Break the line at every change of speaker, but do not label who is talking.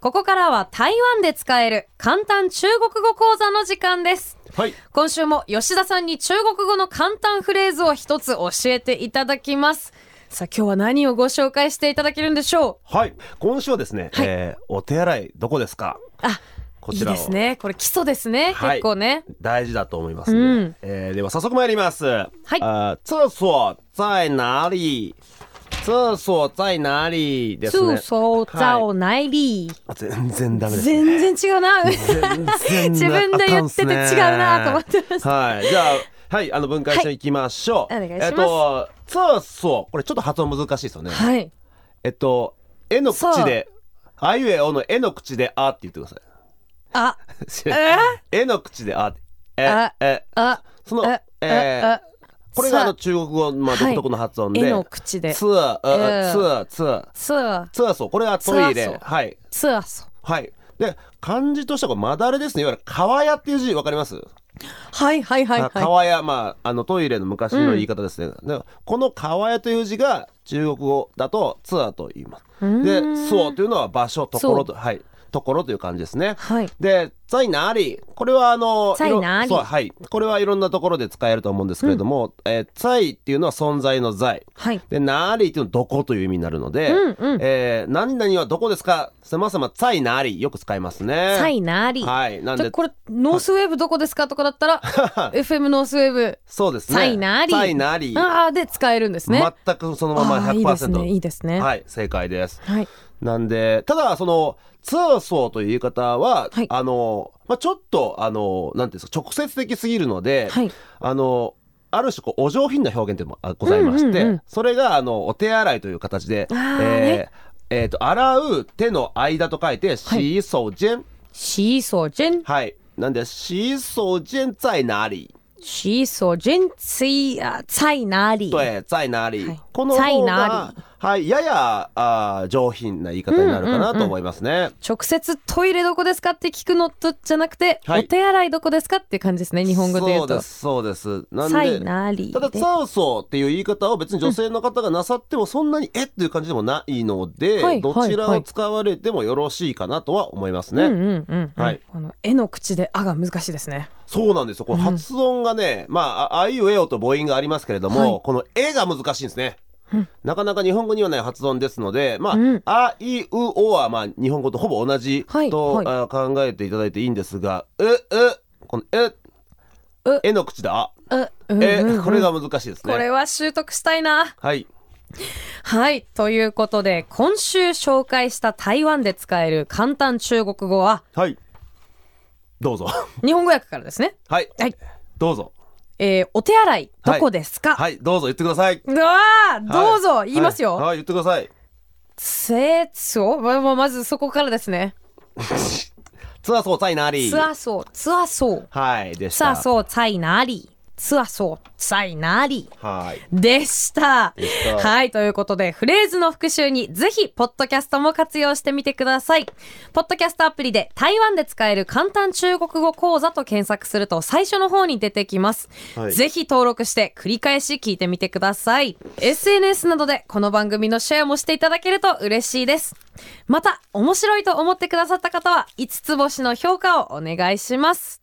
ここからは台湾で使える簡単中国語講座の時間です。
はい。
今週も吉田さんに中国語の簡単フレーズを一つ教えていただきます。さあ今日は何をご紹介していただけるんでしょ
はい。今週はですね、
はい
えーお手洗いどこですか
うあ、
こ
い
ち
い
らを。
ですね。これ基礎ですね。
はい
結構ね。
大事だと思いますね、
うん
えーでは早速参ります。はい厕所在哪里？厕所在哪里ですね。
そうざ
はい
おないり。
あ全然ダメです、ね。
全然違うな。
全
自
然。
分で言ってて違うなと思ってました
はい。じゃあはいあの分解していきましょう。
はいお願いします
えっと厕所これちょっと発音難しいですよね。
はい。
えっと絵の口であいうえおの絵の口であって言ってください。
あ、
絵の口であってえ
あ
え
あ、
その
あ、
えー
あ、
これがあの
さ
中国語まあ
はい
独特の発音で。
絵の口で。
ツアー、
えー
あツアー、ツアー、
つあ、
ツアーそう。これはトイ
ツアー
レ。
そう
はい。
つあそ。
はい。で、漢字としてはこれまだれですね。いわゆる川屋っていう字わかります
はいはいはい
あ
は
川屋、まあ、あのトイレの昔の言い方ですね。でこの川屋という字が中国語だとツアーと言います。で、そうというのは場所、ところと、はい。ところという感じですね。
はい
で、在哪里これはあの、
在
いろ
哪里
そう、はい。これはいろんなところで使えると思うんですけれども、えー在っていうのは存在の在。
い。はい。
で、なーりっていうのはどこという意味になるので、
うんうん
えー何々はどこですかさまさま、さいなーり、よく使いますね。
さいなり。
はい。なん
じゃあ
で、
これ、ノースウェーブどこですかとかだったら、FM ノースウェーブ、
そうですね。
さいなり。
さいなーり。
ああ、で使えるんですね。
全くそのまま
あーいいです
100%。
ね。いいですね。はい。
はい、正解です。なんで、ただ、その、ツーソーという言い方は、
はい
あの、まあ、ちょっと、あの、なんていうんですか、直接的すぎるので、
はい
あの、ある種こうお上品な表現でもあございまして、
うんうんうん
それがあのお手洗いという形で、
あー
えーえーと洗う手の間と書いて「
はい
洗手間」
シーソージェン、
はい、なんで「洗手間在哪里
シーソージェン、つい、あ、さいなり。
对在哪里、
はい
この
在
方
哪
が、はい、ややあー上品な言い方になるかなと思いますね。
直接トイレどこですかって聞くのとじゃなくて、
はい
お手洗いどこですかっていう感じですね日本語で言う
そう
と
で。すそうですなん
サイ
で
ナリ
ただ「
で
ツァウソー」っていう言い方を別に女性の方がなさってもそんなに「えっ?」ていう感じでもないので、
はい
どちらを使われてもよろしいかなとは思いますね。
うんうんうん、うん
はい
この絵の口で「あ」が難しいですね。
そうなんですよこれ発音がね、まあああいうえおと母音がありますけれども、
はい
この「え」が難しいんですね。なかなか日本語にはない発音ですので、まあ、
うん
あいうおはまあ日本語とほぼ同じと、
はいはい
あ考えていただいていいんですが、う、う、このえ、
う
えの口だ、あ、
ううん
え、
うんうん
これが難しいですね。
これは習得したいな。
はい。
はい。ということで、今週紹介した台湾で使える簡単中国語は、
はい。どう ぞ。
日本語訳からですね。
はい。
はい。
どうぞ。
えーお手洗い、どこですか、
はい、どうぞ言ってください。
うわーどうぞ、言いますよ。
はい、はい言ってください。
せーつを、まままずそこからですね。
ツアーソータイナーリー。
つあそう、つあそう。
はい、でし
さ
た。
あそう、さいなり。つあそう、さいなり。
はい。
でした。
した
はい。ということで、フレーズの復習に、ぜひ、ポッドキャストも活用してみてください。ポッドキャストアプリで、台湾で使える簡単中国語講座と検索すると、最初の方に出てきます。
はい
ぜひ登録して、繰り返し聞いてみてください。SNS などで、この番組のシェアもしていただけると嬉しいです。また、面白いと思ってくださった方は、5つ星の評価をお願いします。